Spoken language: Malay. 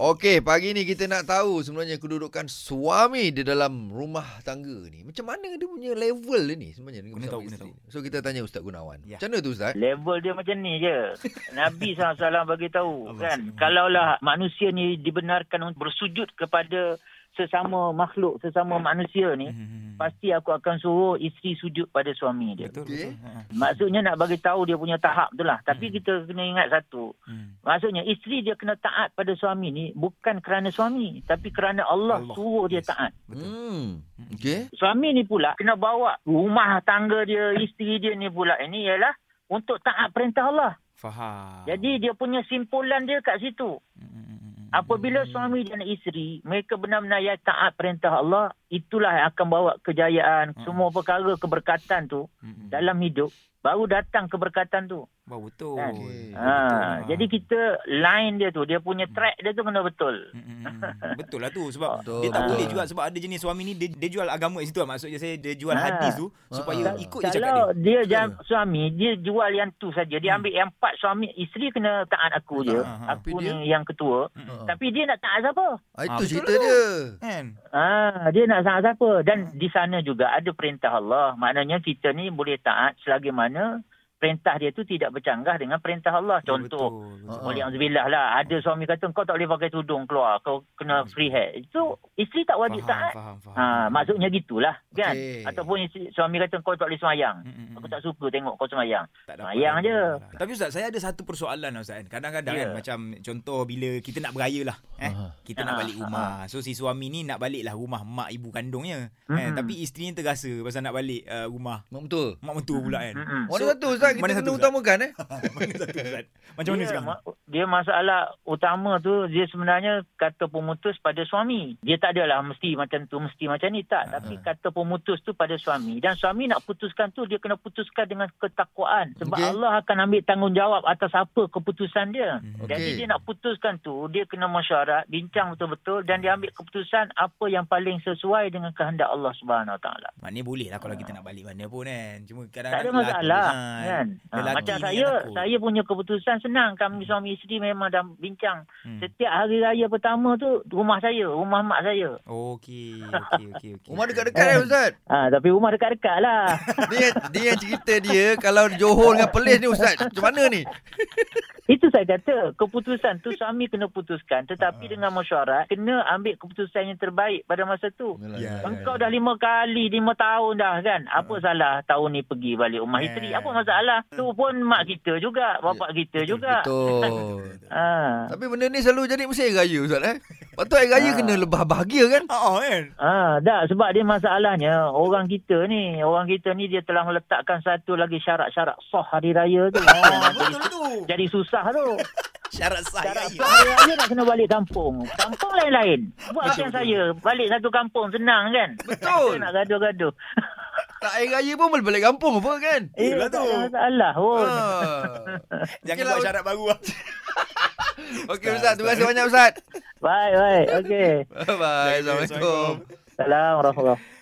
Okey, pagi ni kita nak tahu sebenarnya kedudukan suami di dalam rumah tangga ni. Macam mana dia punya level dia ni sebenarnya dengan Guna bersama tahu, guna isteri. So kita tanya Ustaz Gunawan. Ya. Macam mana tu Ustaz? Level dia macam ni je. Nabi SAW bagi tahu Allah kan. SWT. Kalaulah manusia ni dibenarkan untuk bersujud kepada sesama makhluk, sesama manusia ni. Hmm. Pasti aku akan suruh isteri sujud pada suami dia. Okey. Betul. betul. Ha, ha. Maksudnya nak bagi tahu dia punya tahap tu lah. Tapi Hmm. kita kena ingat satu. Hmm. Maksudnya isteri dia kena taat pada suami ni bukan kerana suami. Tapi kerana Allah, Allah. Allah. suruh dia Yes. taat. Betul. Hmm. Hmm. Okey. Suami ni pula kena bawa rumah tangga dia, isteri dia ni pula. Ini ialah untuk taat perintah Allah. Faham. Jadi dia punya simpulan dia kat situ. Hmm. Apabila suami dan isteri mereka benar-benar ya taat perintah Allah, itulah yang akan bawa kejayaan, Hmm. semua perkara keberkatan tu Hmm. dalam hidup baru datang keberkatan tu. Wah, betul. Kan? Eh, Betul. Ah. Ha, jadi kita line dia tu, dia punya track dia tu kena betul. Hmm, hmm, hmm. Betul lah tu sebab Betul, dia tak betul. boleh juga sebab ada jenis suami ni dia, dia jual agama kat situ lah. maksudnya saya dia jual Ha. hadis tu supaya Ha. ikut je cakap dia. Kalau dia, Betul. jam, suami, dia jual yang tu saja. Dia Hmm. ambil yang empat suami, isteri kena taat aku je. Ha, ha, ha. Aku Tapi dia- ni yang ketua. Ha. Tapi dia nak taat siapa? Ah, itu Ah, betul cerita lah. dia. Kan? Ah, dia nak taat Hmm. siapa? Dan di sana juga ada perintah Allah. Maknanya kita ni boleh taat selagi mana perintah dia tu tidak bercanggah dengan perintah Allah. Contoh, Ya, Betul, Ah. betul. Ha. boleh auzubillah lah. Ada suami kata kau tak boleh pakai tudung keluar. Kau kena free hair. Itu isteri tak wajib taat. Hmm. faham, faham. Ha, maksudnya gitulah kan. Okey. Ataupun isteri, suami kata kau tak boleh semayang. Hmm, hmm, Aku hmm. tak suka tengok kau semayang. Tak lah. Sayang je. Tapi Ustaz, saya ada satu persoalan lah, Ustaz kan. Kadang-kadang Ya. kan macam contoh bila kita nak beraya lah. Eh? Aha. Kita nak Ah, balik rumah. So si suami ni nak balik lah rumah mak ibu kandungnya. Eh, Mm-mm. tapi isteri ni terasa pasal nak balik uh, rumah. Memang betul. Mak mentua pula kan. Mm-mm. Mana satu Ustaz kita mana kena satu, Ustaz? utamakan eh? mana satu Ustaz? Macam mana dia, sekarang? ma- Dia masalah utama tu dia sebenarnya kata pemutus pada suami. Dia tak adalah mesti macam tu, mesti macam ni tak. Ha, Tapi kata pemutus tu pada suami. Dan suami nak putuskan tu dia kena putuskan dengan ketakwaan. Sebab Okey. okay. Allah akan ambil tanggungjawab atas apa keputusan dia. Hmm. Okay. Okey. Jadi dia nak putuskan tu dia kena mesyuarat, bincang betul-betul dan dia ambil keputusan apa yang paling sesuai dengan kehendak Allah Subhanahu Wa Taala. Maknanya boleh lah kalau kita nak balik mana pun kan. Cuma Tak ada kadang-kadang masalah lelaki kan. Ha, Lelaki macam ni saya, takut. saya punya keputusan senang. Kami suami isteri memang dah bincang Hmm. Setiap hari raya pertama tu rumah saya, rumah mak saya. Okey, okey, okey. okey. Rumah dekat-dekat Oh. eh Ustaz. Ha, tapi rumah dekat-dekat lah. Ni yang, ni yang cerita dia kalau Johor dengan Perlis ni Ustaz. Macam mana ni? Ya. Itu saya kata, keputusan tu suami kena putuskan. Tetapi dengan mesyuarat, kena ambil keputusan yang terbaik pada masa tu. Ya, Engkau dah lima kali, lima tahun dah kan. Apa salah tahun ni pergi balik rumah isteri? Apa masalah? Tu pun mak kita juga, bapak kita juga. Betul. Ha. Tapi benda ni selalu jadi mesti air raya Ustaz eh. Lepas tu air raya Ah. kena lebah bahagia kan? Ha ah, kan. Ah, dah sebab dia masalahnya orang kita ni, orang kita ni dia telah meletakkan satu lagi syarat-syarat sah hari raya tu. Ah, Ha, jadi, betul tu. jadi susah tu. Syarat saya. Syarat sah hari raya nak kena balik kampung. Kampung lain-lain. Buat Betul, macam betul. saya, balik satu kampung senang kan? Betul. Kita nak gaduh-gaduh. Tak air raya pun boleh balik kampung apa kan? Eh, Yelah tak tu. ada masalah Oh. pun. Ah. Okey Jangan lah, buat syarat baru lah. Okey Ustaz, terima kasih banyak Ustaz. Baik, baik. Okey. Bye bye. Assalamualaikum. Assalamualaikum. Salam warahmatullahi